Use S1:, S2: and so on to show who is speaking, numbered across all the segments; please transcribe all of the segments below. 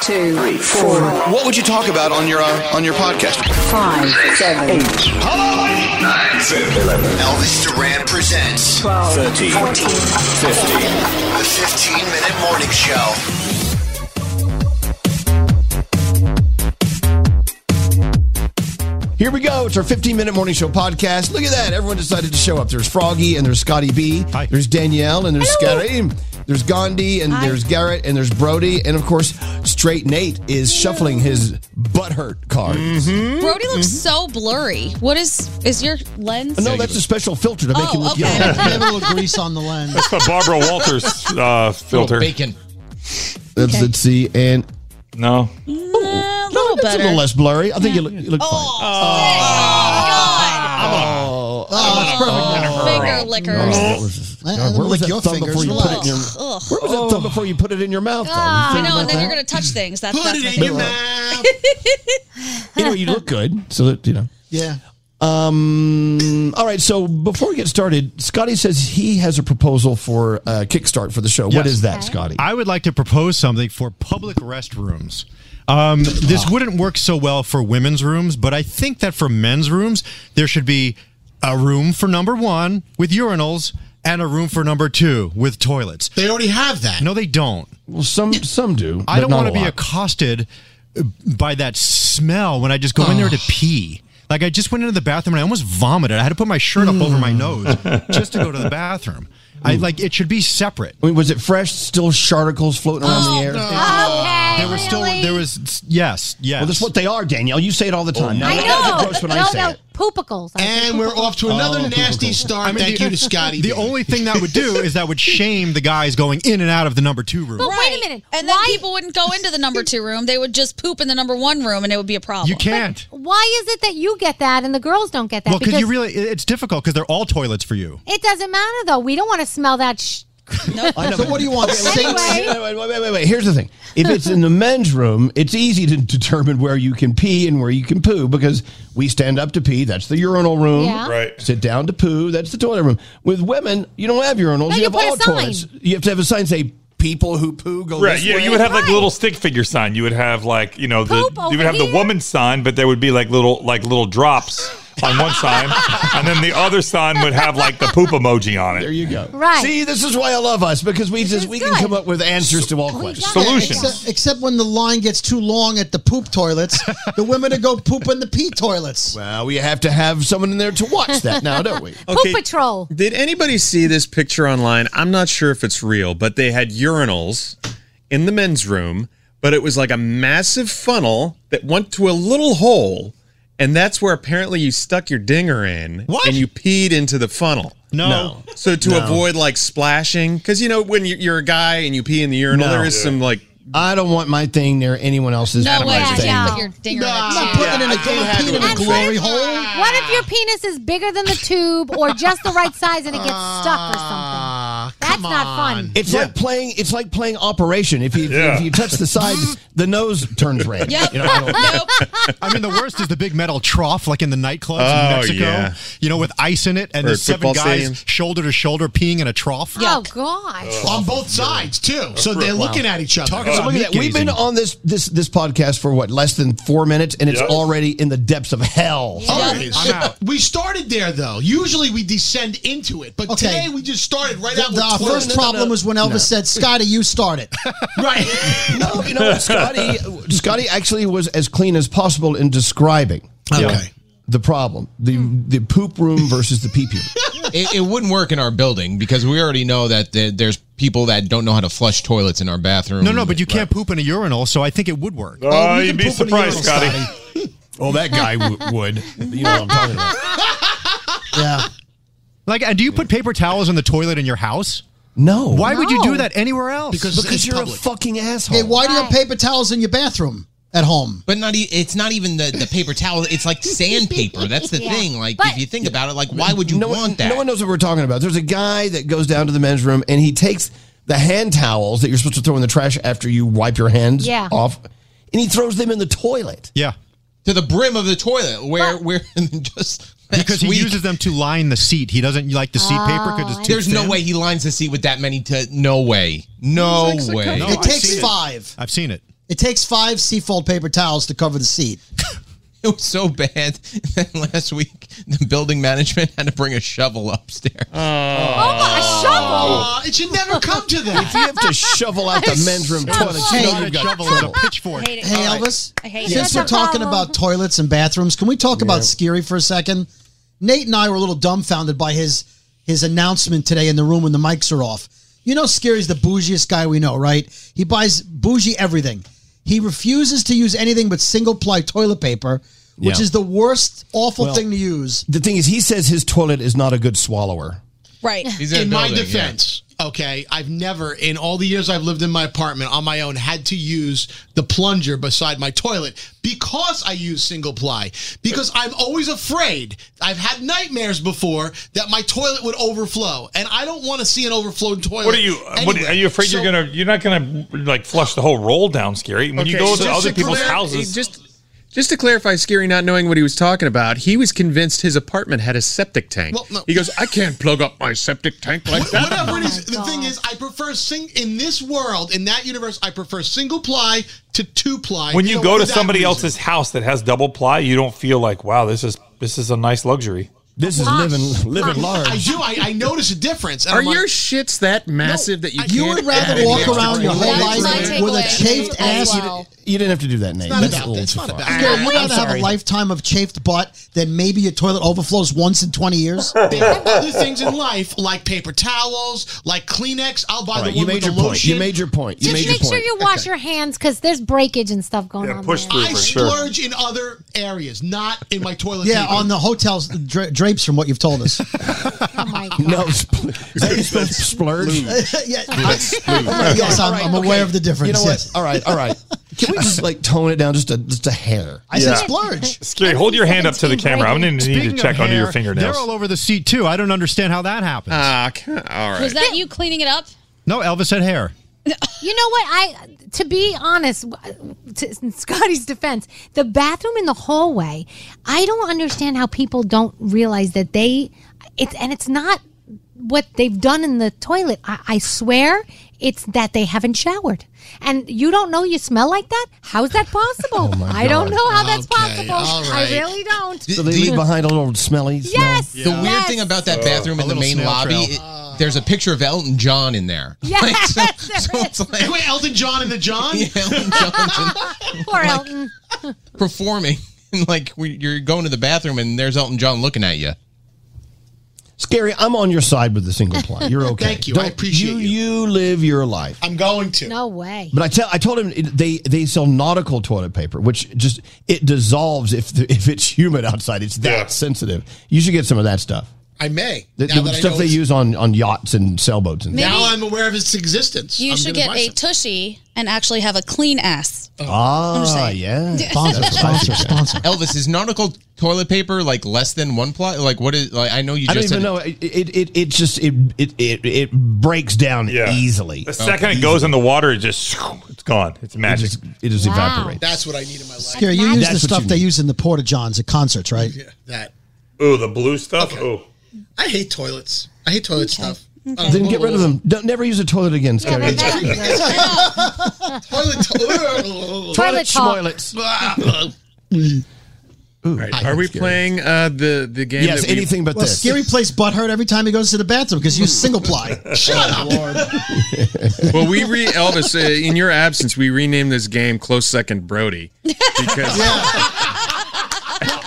S1: two, three, four.
S2: What would you talk about on your uh, on your podcast?
S1: Five, seven, eight.
S2: Hello, nine,
S3: seven, eleven.
S2: Elvis Duran presents 12,
S3: 13,
S1: 14,
S2: 15. The 15 minute morning show.
S4: Here we go. It's our 15 minute morning show podcast. Look at that. Everyone decided to show up. There's Froggy and there's Scotty B. Hi. There's Danielle and there's Scotty. There's Gandhi and there's Garrett and there's Brody. And of course, Straight Nate is shuffling his butthurt cards.
S5: Brody looks so blurry. What is is your lens?
S4: Uh, No, that's a special filter to make him
S5: Oh,
S4: look
S5: okay.
S4: young.
S5: A
S6: little grease on the lens.
S7: That's the Barbara Walters uh, filter.
S4: bacon. Let's, let's see. And
S7: No.
S5: a little
S4: it's a
S5: better.
S4: little less blurry. I think you look, you look fine.
S6: Oh, it's perfect.
S4: Oh,
S5: Finger lickers.
S4: God, where was
S6: lick
S4: that
S6: your
S4: thumb
S6: fingers.
S4: before you put it in your?
S5: Ugh, ugh.
S4: Where was that thumb before you put it in your mouth? though? You
S5: I
S4: think
S5: know,
S4: about
S5: and then you're
S4: that?
S5: gonna touch things. That's that's my
S4: in your
S5: thing.
S4: You know, you look good, so that you know.
S6: Yeah.
S4: Um. All right. So before we get started, Scotty says he has a proposal for uh, kickstart for the show. What
S6: Yes.
S4: is that, Scotty?
S6: I would like to propose something for public restrooms. Um,
S8: Ah.
S6: this wouldn't work so well for women's rooms, but I think that for men's rooms, there should be a room for number one with urinals and a room for number two with toilets.
S8: They already have that.
S6: No, they don't.
S4: Well, some some do.
S6: I
S4: but
S6: don't
S4: not
S6: want
S4: a
S6: to be
S4: lot. Ah.
S6: accosted by that smell when I just go in there to pee. Like I just went into the bathroom and I almost vomited. I had to put my shirt up over my
S4: Mm.
S6: nose just to go to the bathroom. I like it should be separate.
S4: I mean, was it fresh? Still sharticles floating around
S6: Oh,
S3: Oh,
S4: in the air?
S6: Okay, there was still there was yes, yes.
S4: Well, that's what they are, Danielle. You say it all the time. Now,
S9: I
S4: that doesn't
S9: know.
S4: gross when
S9: no,
S4: I say
S9: Oh, no,
S4: it.
S9: poopicles. I said
S3: And we're
S9: poopicles.
S3: off to another
S4: Oh,
S3: nasty
S4: cool,
S3: start. Thank
S6: the-
S3: you to Scotty.
S6: The only thing that would do is that would shame the guys going in and out of the number two room.
S5: But wait a minute. And then people wouldn't go into the number two room. They would just poop in the number one room and it would be a problem.
S6: You can't.
S9: Why is it that you get that and the girls don't get that?
S6: Well, because you really, it- it's difficult because they're all toilets for you.
S9: it doesn't matter though. We don't want to smell that. Sh-
S4: I know,
S3: So what do you want, sinks?
S4: Wait, wait, wait, wait, wait. Here's the thing. If it's in the men's room, it's easy to determine where you can pee and where you can poo because we stand up to pee. That's the urinal room.
S9: Yeah.
S7: Right.
S4: Sit down to poo. That's the toilet room. With women, you don't have urinals.
S9: No,
S4: you,
S9: you
S4: have
S9: put a
S4: all
S9: sign.
S4: toilets. You have to have a sign say, people who poo go
S7: Right,
S4: this
S7: yeah,
S4: way.
S7: you would have like a little stick figure sign. You would have like you know the
S9: Poop
S7: you
S9: over
S7: would have
S9: here.
S7: the woman sign, but there would be like little like little drops on one sign, and then the other sign would have like the poop emoji on
S4: There
S7: it.
S4: you go.
S9: Right.
S4: See, this is why I love us because we just we can come up with answers to all questions.
S7: Solutions.
S3: Except, except when the line gets too long at the poop toilets, the women to go poop in the pee toilets.
S4: Well, we have to have someone in there to watch that now, don't we?
S8: Okay.
S9: Poop patrol.
S8: Did anybody see this picture online? I'm not sure if it's real, but they had urinals in the men's room, but it was like a massive funnel that went to a little hole, and that's where apparently you stuck your dinger in
S6: What?
S8: and you peed into the funnel.
S6: No.
S8: So to avoid like splashing, because you know when you- you're a guy and you pee in the urinal,
S4: No.
S8: there is some like
S4: I don't want my thing near anyone else's.
S5: No way.
S4: thing.
S5: You can't put your dinger
S3: I'm
S5: in
S3: not
S5: a tube.
S3: putting it in a guillotine in a glory hole.
S9: what if your penis is bigger than the tube or just the right size and it gets
S3: Ah,
S9: stuck or something? That's not fun.
S4: It's like playing. It's like playing Operation. If you
S7: Yeah.
S4: if you touch the side, the nose turns red.
S5: Yep.
S4: You know, I don't-
S5: Nope.
S6: I mean, the worst is the big metal trough, like in the nightclubs in
S8: Oh,
S6: Mexico,
S8: yeah.
S6: you know, with ice in it, and
S8: Or
S6: there's seven
S8: football
S6: guys
S8: stadiums.
S6: shoulder to shoulder peeing in a trough.
S9: Oh gosh.
S3: On both sides too, so they're looking at each other. Oh,
S4: So look at that. We've been on this this this podcast for what less than four minutes, and it's
S7: Yep.
S4: already in the depths of hell. Oh,
S3: All
S5: Yeah.
S3: right.
S6: I'm out.
S3: Oh, We started there though. Usually we descend into it, but
S4: Okay.
S3: today we just started right out.
S4: The-
S3: with
S4: the
S3: twerk.
S4: first No, no, problem no. was when Elvis No.
S3: said, "Scotty, you start it." right.
S4: No, you know, what, Scotty. Scotty actually was as clean as possible in describing
S3: Okay.
S4: the problem, the the poop room versus the pee pee. room.
S10: it, it wouldn't work in our building because we already know that the, there's people that don't know how to flush toilets in our bathroom.
S6: No, no, but you can't poop in a urinal, so I think it would work.
S7: Oh,
S3: you
S7: you'd
S3: can
S7: be
S3: poop in a
S7: surprised,
S3: urinal,
S7: Scotty.
S4: Oh, that guy w- would. You know what I'm talking about.
S3: Yeah.
S6: Like, uh, do you put paper towels in the toilet in your house?
S4: No,
S6: Why would you
S9: No.
S6: do that anywhere else?
S3: Because-
S4: Because
S3: It's
S4: you're a
S3: public.
S4: fucking asshole.
S3: Hey, why do you have
S9: Right.
S3: paper towels in your bathroom at home?
S10: But not e- it's not even the, the paper towel. It's like sandpaper. That's the
S9: Yeah.
S10: thing. Like
S9: But-
S10: if you think about it, like why would you
S4: no
S10: want
S4: one,
S10: that?
S4: No one knows what we're talking about. There's a guy that goes down to the men's room and he takes the hand towels that you're supposed to throw in the trash after you wipe your hands
S9: Yeah.
S4: off, and he throws them in the toilet.
S6: yeah,
S10: to the brim of the toilet where where just
S6: because he
S10: week,
S6: uses them to line the seat. He doesn't like the seat paper
S3: Oh,
S6: because it's too
S10: There's no
S6: thin.
S10: way he lines the seat with that many. To no way, no way.
S3: it takes five.
S6: I've seen it.
S3: It takes five seafold paper towels to cover the seat.
S10: It was so bad that last week the building management had to bring a shovel upstairs.
S9: Oh, a shovel.
S3: Uh, it should never come to
S4: If
S3: that.
S4: you have to shovel out the men's room toilet, you know you've
S6: a
S4: got
S6: shovel and a
S4: trouble.
S6: pitchfork.
S5: Hate it.
S3: Hey,
S5: All right.
S3: Elvis,
S5: I hate
S3: since
S5: it.
S3: we're talking
S9: problem.
S3: about toilets and bathrooms, can we talk about Scary for a second? Nate and I were a little dumbfounded by his his announcement today in the room when the mics are off. You know, Scary's the bougiest guy we know, right? He buys bougie everything. He refuses to use anything but single ply toilet paper, which
S4: Yeah.
S3: is the worst, awful
S4: Well,
S3: thing to use.
S4: The thing is, he says his toilet is not a good swallower.
S5: Right.
S10: He's
S3: In my
S10: building, yeah.
S3: defense,
S10: okay,
S3: I've never, in all the years I've lived in my apartment on my own, had to use the plunger beside my toilet because I use single ply. Because I'm always afraid. I've had nightmares before that my toilet would overflow, and I don't want to see an overflowed toilet.
S7: What are you? What,
S3: anywhere.
S7: are you afraid
S3: So-
S7: you're gonna? You're not gonna like flush the whole roll down, scary. When you
S8: Okay,
S7: go
S8: so
S7: to
S8: just
S7: other
S8: to
S7: people's
S8: clar-
S7: houses,
S8: Just, just to clarify, Scary not knowing what he was talking about, he was convinced his apartment had a septic tank.
S3: Well, no.
S8: He goes, I can't plug up my septic tank like that.
S3: Whatever it is, the thing is, I prefer sing in this world, in that universe, I prefer single ply to two ply.
S7: when you go to somebody
S3: else's.
S7: else's house that has double ply, you don't feel like, wow, this is this is a nice luxury.
S4: This is
S9: Gosh.
S4: living living large.
S3: I do. I, I notice a difference. and
S8: Are
S3: I'm like-
S8: your shits that massive that you
S3: You
S8: can't
S3: would rather
S8: add
S3: walk
S8: anything
S3: around
S8: to
S3: your
S8: it?
S3: whole
S5: That's my
S3: life with a
S5: takeaway
S3: caved
S5: as
S3: ass
S5: well.
S4: you didn't have to do that, Nate.
S3: not
S4: That's
S3: about
S4: a little
S3: that.
S4: too
S3: It's
S4: far.
S3: You'd rather have a
S4: sorry.
S3: lifetime of chafed butt than maybe your toilet overflows once in 20 years?
S11: They have other things in life, like paper towels, like Kleenex. I'll buy
S4: All
S11: the
S4: right,
S11: one
S4: you
S11: with
S4: made
S11: the
S4: your point.
S11: lotion.
S4: You made your point. You
S9: Just
S4: made
S9: make
S4: your
S9: sure
S4: point.
S9: you wash your hands because there's breakage and stuff going on. there.
S3: through
S11: I
S3: for sure.
S11: splurge in other areas, not in my toilet.
S3: Yeah,
S11: paper.
S3: on the hotel's dra- drapes from what you've told us.
S4: No, spl- is that you spelled splurge?
S3: yeah,
S4: yes,
S3: yes, Oh I'm, I'm aware of the difference.
S4: You know
S3: yes.
S4: what? All right, all right. Can we just like tone it down just a just a hair?
S3: I said splurge.
S7: Scary, hold your hand up to the camera. I'm going to need
S6: Speaking
S7: to
S6: of
S7: check under
S6: hair,
S7: your fingernails.
S6: They're all over the seat too. I don't understand how that happens.
S8: Ah, all
S5: Was that you cleaning it up?
S6: no, Elvis had hair.
S9: You know what? I to be honest, w- to, in Scotty's defense, the bathroom in the hallway. I don't understand how people don't realize that they. It's and it's not what they've done in the toilet. I, I swear, it's that they haven't showered, and you don't know you smell like that. How is that possible? I don't
S4: Oh God.
S9: know how Oh, that's
S4: Okay,
S9: possible.
S4: all right.
S9: I really don't.
S4: So they leave behind a little smelly. Smell.
S9: Yes,
S10: The weird
S9: yes.
S10: thing about that
S4: Oh,
S10: bathroom
S4: a
S10: in the
S4: little
S10: main
S4: snail
S10: lobby,
S4: trail.
S10: it- there's a picture of Elton John in there.
S9: Yes,
S11: Wait, Elton John and the John.
S9: Poor Elton.
S10: performing. And like we, you're going to the bathroom and there's Elton John looking at you.
S4: Scary. I'm on your side with the single ply. You're okay.
S11: Thank you. I appreciate
S4: you. You live your life.
S11: I'm going to.
S9: No way.
S4: But I tell I told him it- they they sell nautical toilet paper, which just it dissolves if the, if it's humid outside. It's that sensitive. You should get some of that stuff.
S11: I may.
S4: The,
S11: now
S4: the
S11: that I
S4: stuff
S11: know
S4: they
S11: it's-
S4: use on on yachts and sailboats and
S11: Now I'm aware of its existence.
S5: You
S11: I'm
S5: should
S11: gonna
S5: get
S11: buy
S5: a
S11: some.
S5: tushy and actually have a clean ass.
S4: ah yeah
S3: Sponsor,
S4: That's what I
S3: sponsor,
S4: should get.
S3: sponsor.
S10: Elvis is nautical toilet paper like less than one ply? Like what is? Like I know you
S4: I
S10: just
S4: don't even
S10: said
S4: know. It it, it it just it it it, it breaks down easily.
S7: The second it goes in the water, it just it's gone. It's magic.
S4: just- it just Wow. evaporates.
S11: That's what I need in my life.
S3: Here, you use the
S11: That's what
S3: stuff
S11: you
S3: they use in the Porta Johns at concerts, right?
S11: That.
S7: Oh, the blue stuff. Oh,
S11: I hate toilets. I hate toilet stuff. Oh,
S4: Then get rid of them. Don't, never use a toilet again, Scary.
S11: toilet
S4: Toilet talk.
S8: Are we playing uh, the the game? that we-
S3: well, Scary plays butthurt every time he goes to the bathroom because you single ply.
S11: Shut up.
S8: well, we re Elvis uh, in your absence, we renamed this game close second Brody because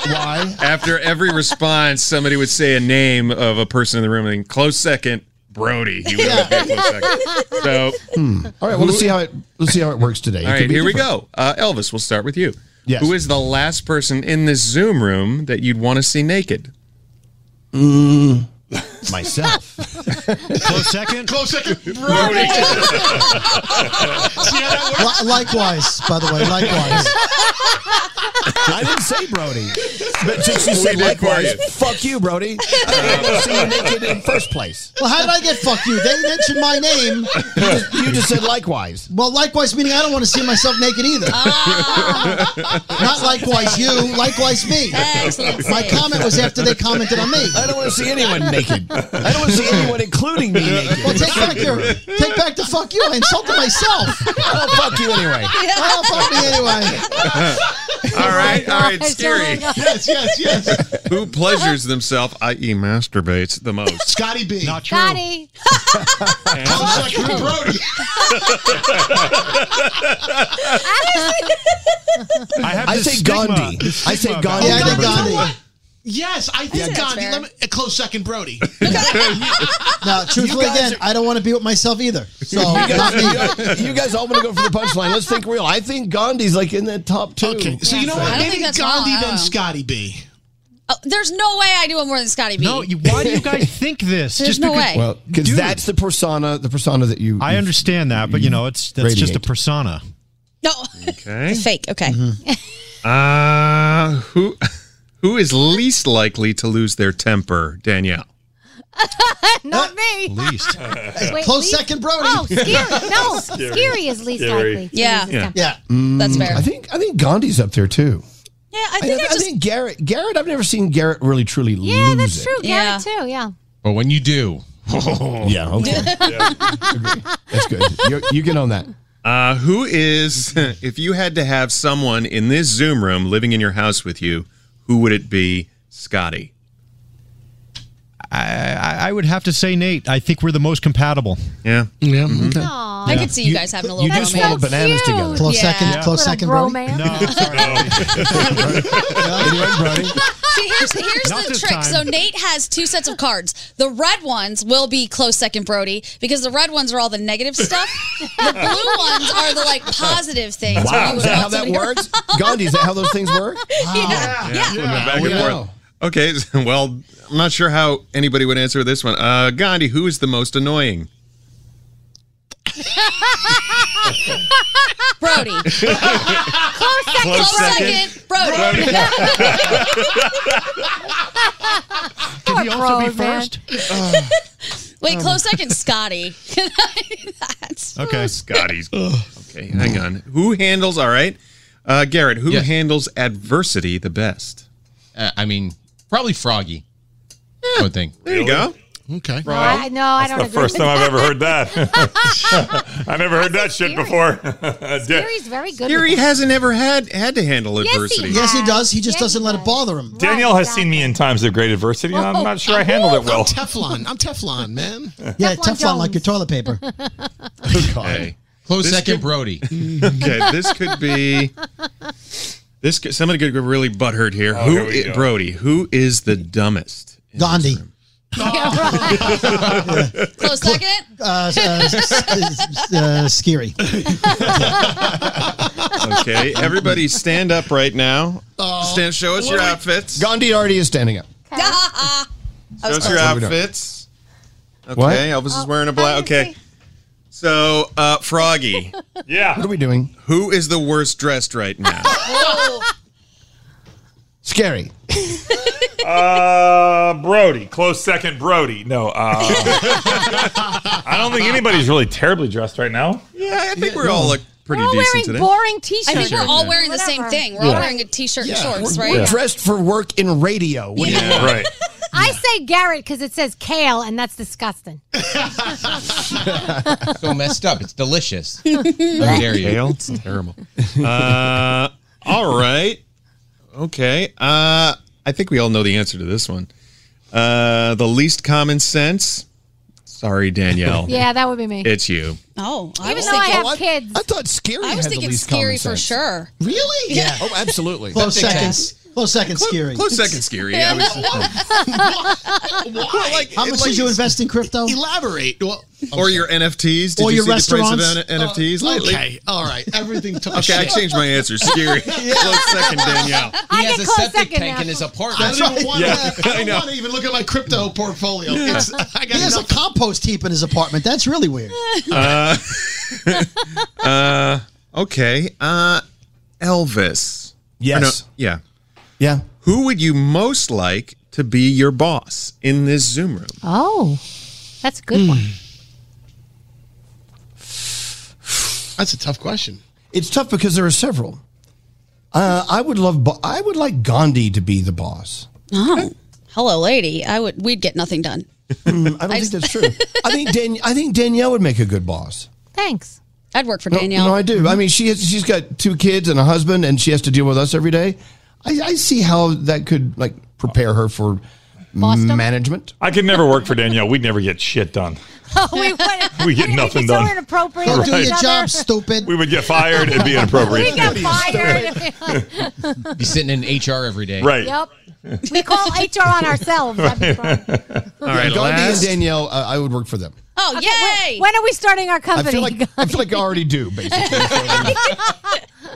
S4: why?
S8: After every response, somebody would say a name of a person in the room, and then close second Brody. He would always be a close second. So,
S4: Hmm. All right. Well, let's see how it let's see how it works today.
S8: all right, here we go. Uh, Elvis, we'll start with you.
S4: Yes.
S8: Who is the last person in this Zoom room that you'd want to see naked?
S4: Mm. myself.
S6: Close second.
S11: Close second.
S3: Brody. Li- likewise, by the way, likewise.
S4: I didn't say Brody, but since you said
S8: We did for
S4: likewise,
S8: you.
S4: fuck you, Brody. I didn't see you naked in the first place.
S3: Well, how did I get fuck you? They mentioned my name.
S4: You just said likewise.
S3: Well, likewise, meaning I don't want to see myself naked either. Not likewise you, likewise me. My comment was after they commented on me.
S4: I don't want to see anyone naked. I don't want to see anyone, including me, naked.
S3: Well, take back your, take back the fuck you. I insulted myself.
S4: Oh, fuck you anyway.
S3: Oh, fuck me anyway.
S8: all right, all right, Scary.
S11: Yes, yes, yes.
S8: Who pleasures themself, i.e., masturbates, the most?
S11: Scotty B.
S6: Not true.
S9: Scotty.
S11: Close second, Brody.
S6: I have
S4: I
S6: this
S4: say
S6: stigma-
S4: Gandhi.
S6: this
S4: I say
S6: stigma
S4: Gandhi.
S11: Oh,
S6: about-
S3: Yeah,
S11: You know what? Yes,
S3: I think Gandhi.
S11: I think Gandhi. Let me, a close second, Brody.
S3: Now, truthfully,
S4: guys
S3: again, I don't want to be with myself either. So, not me.
S4: You guys all want to go for the punchline. Let's think real. I think Gandhi's like in the top two.
S11: Okay, so you know
S5: I
S11: what?
S5: don't
S11: Maybe
S5: think that's um,
S11: Gandhi
S5: wrong. I don't
S11: then
S5: know.
S11: Scotty B.
S5: Oh, there's no way I do it more than Scotty B.
S6: No, you, why do you guys think this?
S5: There's no way.
S4: Well, because
S6: Dude.
S4: that's the persona, the persona that you.
S6: I understand that, but you know, it's that's just a
S4: Radiate.
S6: persona.
S5: no,
S8: Okay.
S5: it's fake. Okay.
S8: Uh, who who is least likely to lose their temper, Danielle?
S4: Um,
S9: Not me.
S6: Least.
S9: Wait,
S3: Close
S9: least-
S3: second, Brody.
S9: Oh, scary. No,
S7: Scary.
S9: scary, is least
S7: Scary.
S9: likely. to
S5: Yeah.
S9: lose his
S8: Yeah.
S9: temper.
S3: Yeah.
S5: That's fair.
S4: Mm, I think I think Gandhi's up there too.
S5: yeah,
S4: I,
S5: I think I,
S4: I
S5: just.
S4: think Garrett. Garrett. I've never seen Garrett really truly lose.
S9: Yeah, that's true.
S5: Yeah.
S9: Garrett too. Yeah.
S10: But when you do,
S4: It. Yeah. Okay. Agree. That's good. you you get on that.
S8: Uh, who is if you had to have someone in this Zoom room living in your house with you, who would it be, Scotty?
S10: I, I
S6: I, I would have to say, Nate, I think we're the most compatible.
S8: Yeah.
S6: Yeah.
S5: I could see you guys having a little
S6: you just
S5: romance.
S6: swallowed bananas Cute. together.
S3: Close
S5: Yeah.
S3: second, close
S5: Little
S3: second,
S5: bromance.
S3: Brody.
S5: See, here's, here's
S3: Not
S5: the
S3: this
S5: trick.
S3: time.
S5: So Nate has two sets of cards. The red ones will be close second, Brody, because the red ones are all the negative stuff. the blue ones are the like positive things. where you
S4: Wow,
S5: would
S4: is that
S5: want
S4: how that
S5: somebody to-
S4: works? Gandhi, is that how those things work?
S5: Yeah.
S8: Yeah. flipping
S10: Uh,
S4: Yeah.
S8: back and
S4: Yeah.
S8: forth. Okay, well, I'm not sure how anybody would answer this one. Uh, Gandhi, who is the most annoying?
S5: Brody. Close second.
S8: Close
S5: Close
S8: second.
S5: second. Brody.
S6: Could he also be first?
S5: Wait,
S6: Oh.
S5: close second, Scotty. That's
S6: Okay.
S8: Scotty's. okay, hang on. Who handles, all right. Uh, Garrett, who handles adversity the best?
S10: Uh, I mean, probably Froggy. I would think.
S8: There you go.
S11: Okay.
S5: No, I- no, I
S7: That's
S5: don't
S7: the
S5: agree
S7: first
S5: with
S7: time I've
S5: that.
S7: ever heard that. I never heard that shit before.
S9: Gary's very good.
S8: Gary
S9: with that.
S8: hasn't ever had had to handle adversity.
S3: Yes, he does. He just doesn't let it bother him.
S7: Danielle has seen me in times of great adversity, and
S8: Oh,
S7: I'm not sure I handled it well.
S11: I'm Teflon. I'm Teflon, man.
S3: Yeah, Teflon like your toilet paper.
S8: Okay.
S10: Close
S8: This
S10: second,
S8: could-
S10: Brody.
S8: okay, this could be. This could, somebody could get really butthurt here.
S10: Oh,
S8: who
S10: here we
S8: i-
S10: go.
S8: Brody? Who is the dumbest?
S3: Gandhi.
S5: Close second.
S3: Uh, uh, s- s- uh, Scary.
S8: Okay, everybody stand up right now. Stand, show us your outfits.
S4: Gandhi already is standing up.
S8: Show us your
S4: Oh, we don't.
S8: outfits. Okay,
S4: What?
S3: Oh,
S8: Elvis is wearing a black. Okay, so uh, Froggy,
S7: yeah.
S4: What are we doing?
S8: who is the worst dressed right now?
S4: Scary.
S7: Uh, Brody, close second. Brody, no. Uh, I don't think anybody's really terribly dressed right now.
S8: Yeah, I think we're all look pretty
S9: We're all
S8: decent
S9: wearing
S8: today.
S9: boring
S5: I
S9: t-shirts.
S5: think we're all wearing the same
S9: Whatever.
S5: thing. We're all
S4: Yeah.
S5: wearing a t-shirt
S4: Yeah,
S5: and shorts,
S4: we're,
S5: right?
S4: we're dressed for work in radio. What do you
S7: Yeah, right.
S9: I say Garrett because it says kale, and that's disgusting.
S10: so messed up. It's delicious. How dare you?
S8: Kale? It's terrible. Uh, all right. Okay. Uh, I think we all know the answer to this one. Uh, the least common sense. Sorry, Danielle.
S9: Yeah, that would be me.
S8: It's you.
S5: Oh, I
S9: Even
S5: was
S9: though I
S5: thinking,
S9: have kids,
S4: I thought Scary
S5: I was
S4: had the
S5: thinking
S4: least common
S5: scary for
S4: sense.
S5: sure.
S4: Really?
S5: Yeah.
S4: Oh, absolutely.
S3: Close seconds. Close second, Scary.
S8: Close second, Scary. Yeah, I was-
S4: Oh,
S11: Why?
S3: How much did you invest in crypto?
S11: Elaborate. Well,
S8: or your NFTs. Did
S3: Or
S8: you
S3: your
S8: see the
S3: restaurants.
S8: price of N- NFTs lately?
S11: Oh, okay. All right. Everything took a
S8: Okay, I
S11: shit.
S8: changed my answer. Scary. Close second, Danielle.
S10: He has a
S9: close
S10: septic
S9: second
S10: tank
S9: now.
S10: in his
S11: I
S10: apartment.
S11: don't, even want,
S7: Yeah,
S11: to, I
S7: I
S11: don't
S7: know.
S11: want to even look at my crypto portfolio. It's, I got
S3: He has a
S11: nothing.
S3: compost heap in his apartment. That's really weird.
S8: Uh, Okay. Uh, Elvis.
S4: Yes.
S8: Or yeah.
S4: Yeah.
S8: Who would you most like to be your boss in this Zoom room?
S9: oh, that's a
S7: Hmm.
S9: good one.
S11: That's a tough question.
S4: It's tough because there are several. Uh, I would love. Bo- I would like Gandhi to be the boss.
S5: Oh, hello, lady. I would. We'd get nothing done.
S4: Hmm, I don't think that's true. I think Dan- I think Danielle would make a good boss.
S9: Thanks.
S5: I'd work for
S4: No,
S5: Danielle.
S4: No, I do. I mean, she has, she's got two kids and a husband, and she has to deal with us every day. I, I see how that could like prepare her for
S9: Boston?
S4: management.
S7: I could never work for Danielle. We'd never get shit done.
S9: Oh, we wouldn't.
S7: We get
S9: we'd be
S7: nothing
S9: so
S7: done.
S9: Inappropriate
S3: Don't
S9: with
S3: do
S9: each
S3: your
S9: other.
S3: job, stupid.
S7: We would get fired. It'd be inappropriate.
S9: We got fired.
S10: Be sitting in HR every day.
S7: Right.
S9: yep. We call HR on ourselves. That'd be fun.
S8: All right,
S4: Gandhi
S8: last.
S4: and Danielle, uh, I would work for them.
S5: oh, yay!
S9: When are we starting our
S4: I
S9: company?
S4: feel like I feel like I already do. Basically,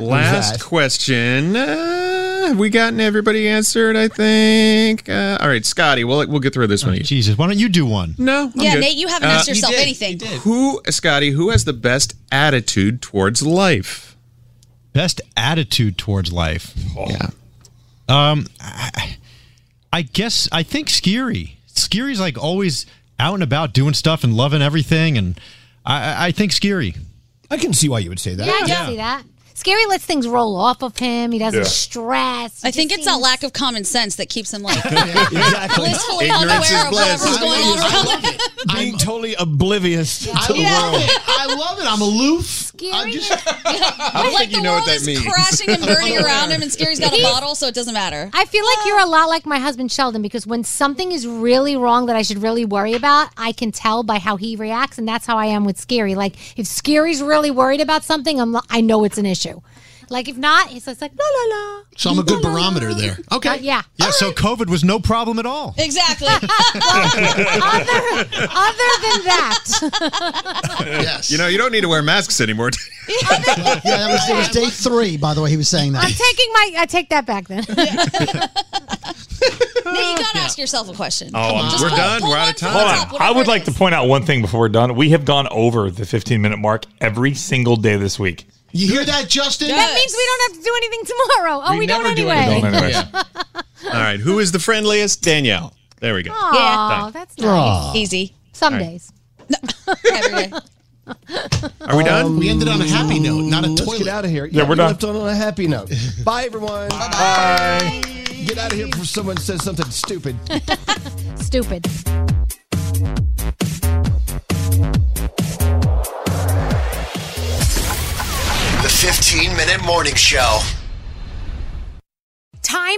S8: Last
S4: That.
S8: question. Uh, have we gotten everybody answered? I think. Uh, all right, Scotty. We'll we'll get through this one.
S6: Oh, Jesus, why don't you do one?
S8: No. I'm
S5: yeah,
S8: good.
S5: Nate, you haven't
S8: Uh,
S5: asked yourself
S10: did.
S5: anything.
S8: Who, Scotty? Who has the best attitude towards life?
S6: Best attitude towards life.
S8: Yeah.
S6: Um, I, I guess I think Scary. Scary's like always out and about doing stuff and loving everything, and I, I- I think Scary.
S4: I can see why you would say that.
S9: yeah, I can
S6: Yeah.
S9: see that. Scary lets things roll off of him. He doesn't
S7: Yeah.
S9: stress. He
S5: I think
S9: just
S5: it's that
S9: seems-
S5: lack of common sense that keeps him like
S4: exactly.
S5: blissfully
S8: Ignorance is
S5: unaware of
S8: bliss.
S5: whatever's going on around him.
S4: Being totally oblivious to
S11: I love it. I
S3: I love it. I'm aloof.
S5: Scary.
S4: I don't
S5: like
S4: think you
S5: the
S4: know what
S5: world
S4: that
S5: is
S4: means.
S5: crashing and burning around him, and Scary's got a
S9: He's-
S5: bottle, so it doesn't matter.
S9: I feel like you're a lot like my husband Sheldon because when something is really wrong that I should really worry about, I can tell by how he reacts, and that's how I am with Scary. Like if Scary's really worried about something, I'm li- I know it's an issue. Like if not, it's just like la la la.
S11: So I'm a good barometer there.
S9: Okay. yeah.
S6: Yeah, so COVID was no problem at all.
S5: Exactly.
S9: Other than that,
S11: yes.
S8: You know, you don't need to wear masks anymore.
S3: yeah, that was, it was day three, by the way. He was saying
S9: I'm
S3: that.
S9: taking my. I take that back then.
S5: Now you gotta ask yourself a question.
S7: Oh, I'm-
S5: Just
S7: we're
S5: pull-
S7: done.
S5: pull
S7: We're
S5: one
S7: out of
S5: from
S7: time.
S5: the
S7: Hold
S5: top,
S7: on. I
S5: whatever
S7: would
S5: it
S7: like to point out one thing before we're done. We have gone over the 15 minute mark every single day this week.
S11: You hear that, Justin?
S9: That means we don't have to do anything tomorrow. Oh, we, don't anyway.
S8: We don't anyways. All right. Who is the friendliest? Danielle. There we go.
S9: Aw,
S8: Done.
S9: that's nice.
S8: Aw.
S5: Easy.
S9: Some
S8: All right.
S9: days.
S8: Are we done?
S11: Um, We ended on a happy note, not a toilet.
S4: Get out of here.
S8: Yeah, we're
S4: we
S8: done.
S4: Left on a happy note. Bye, everyone. Bye. Get out of here before someone says something stupid.
S9: Stupid.
S2: The 15 Minute Morning Show.
S9: Time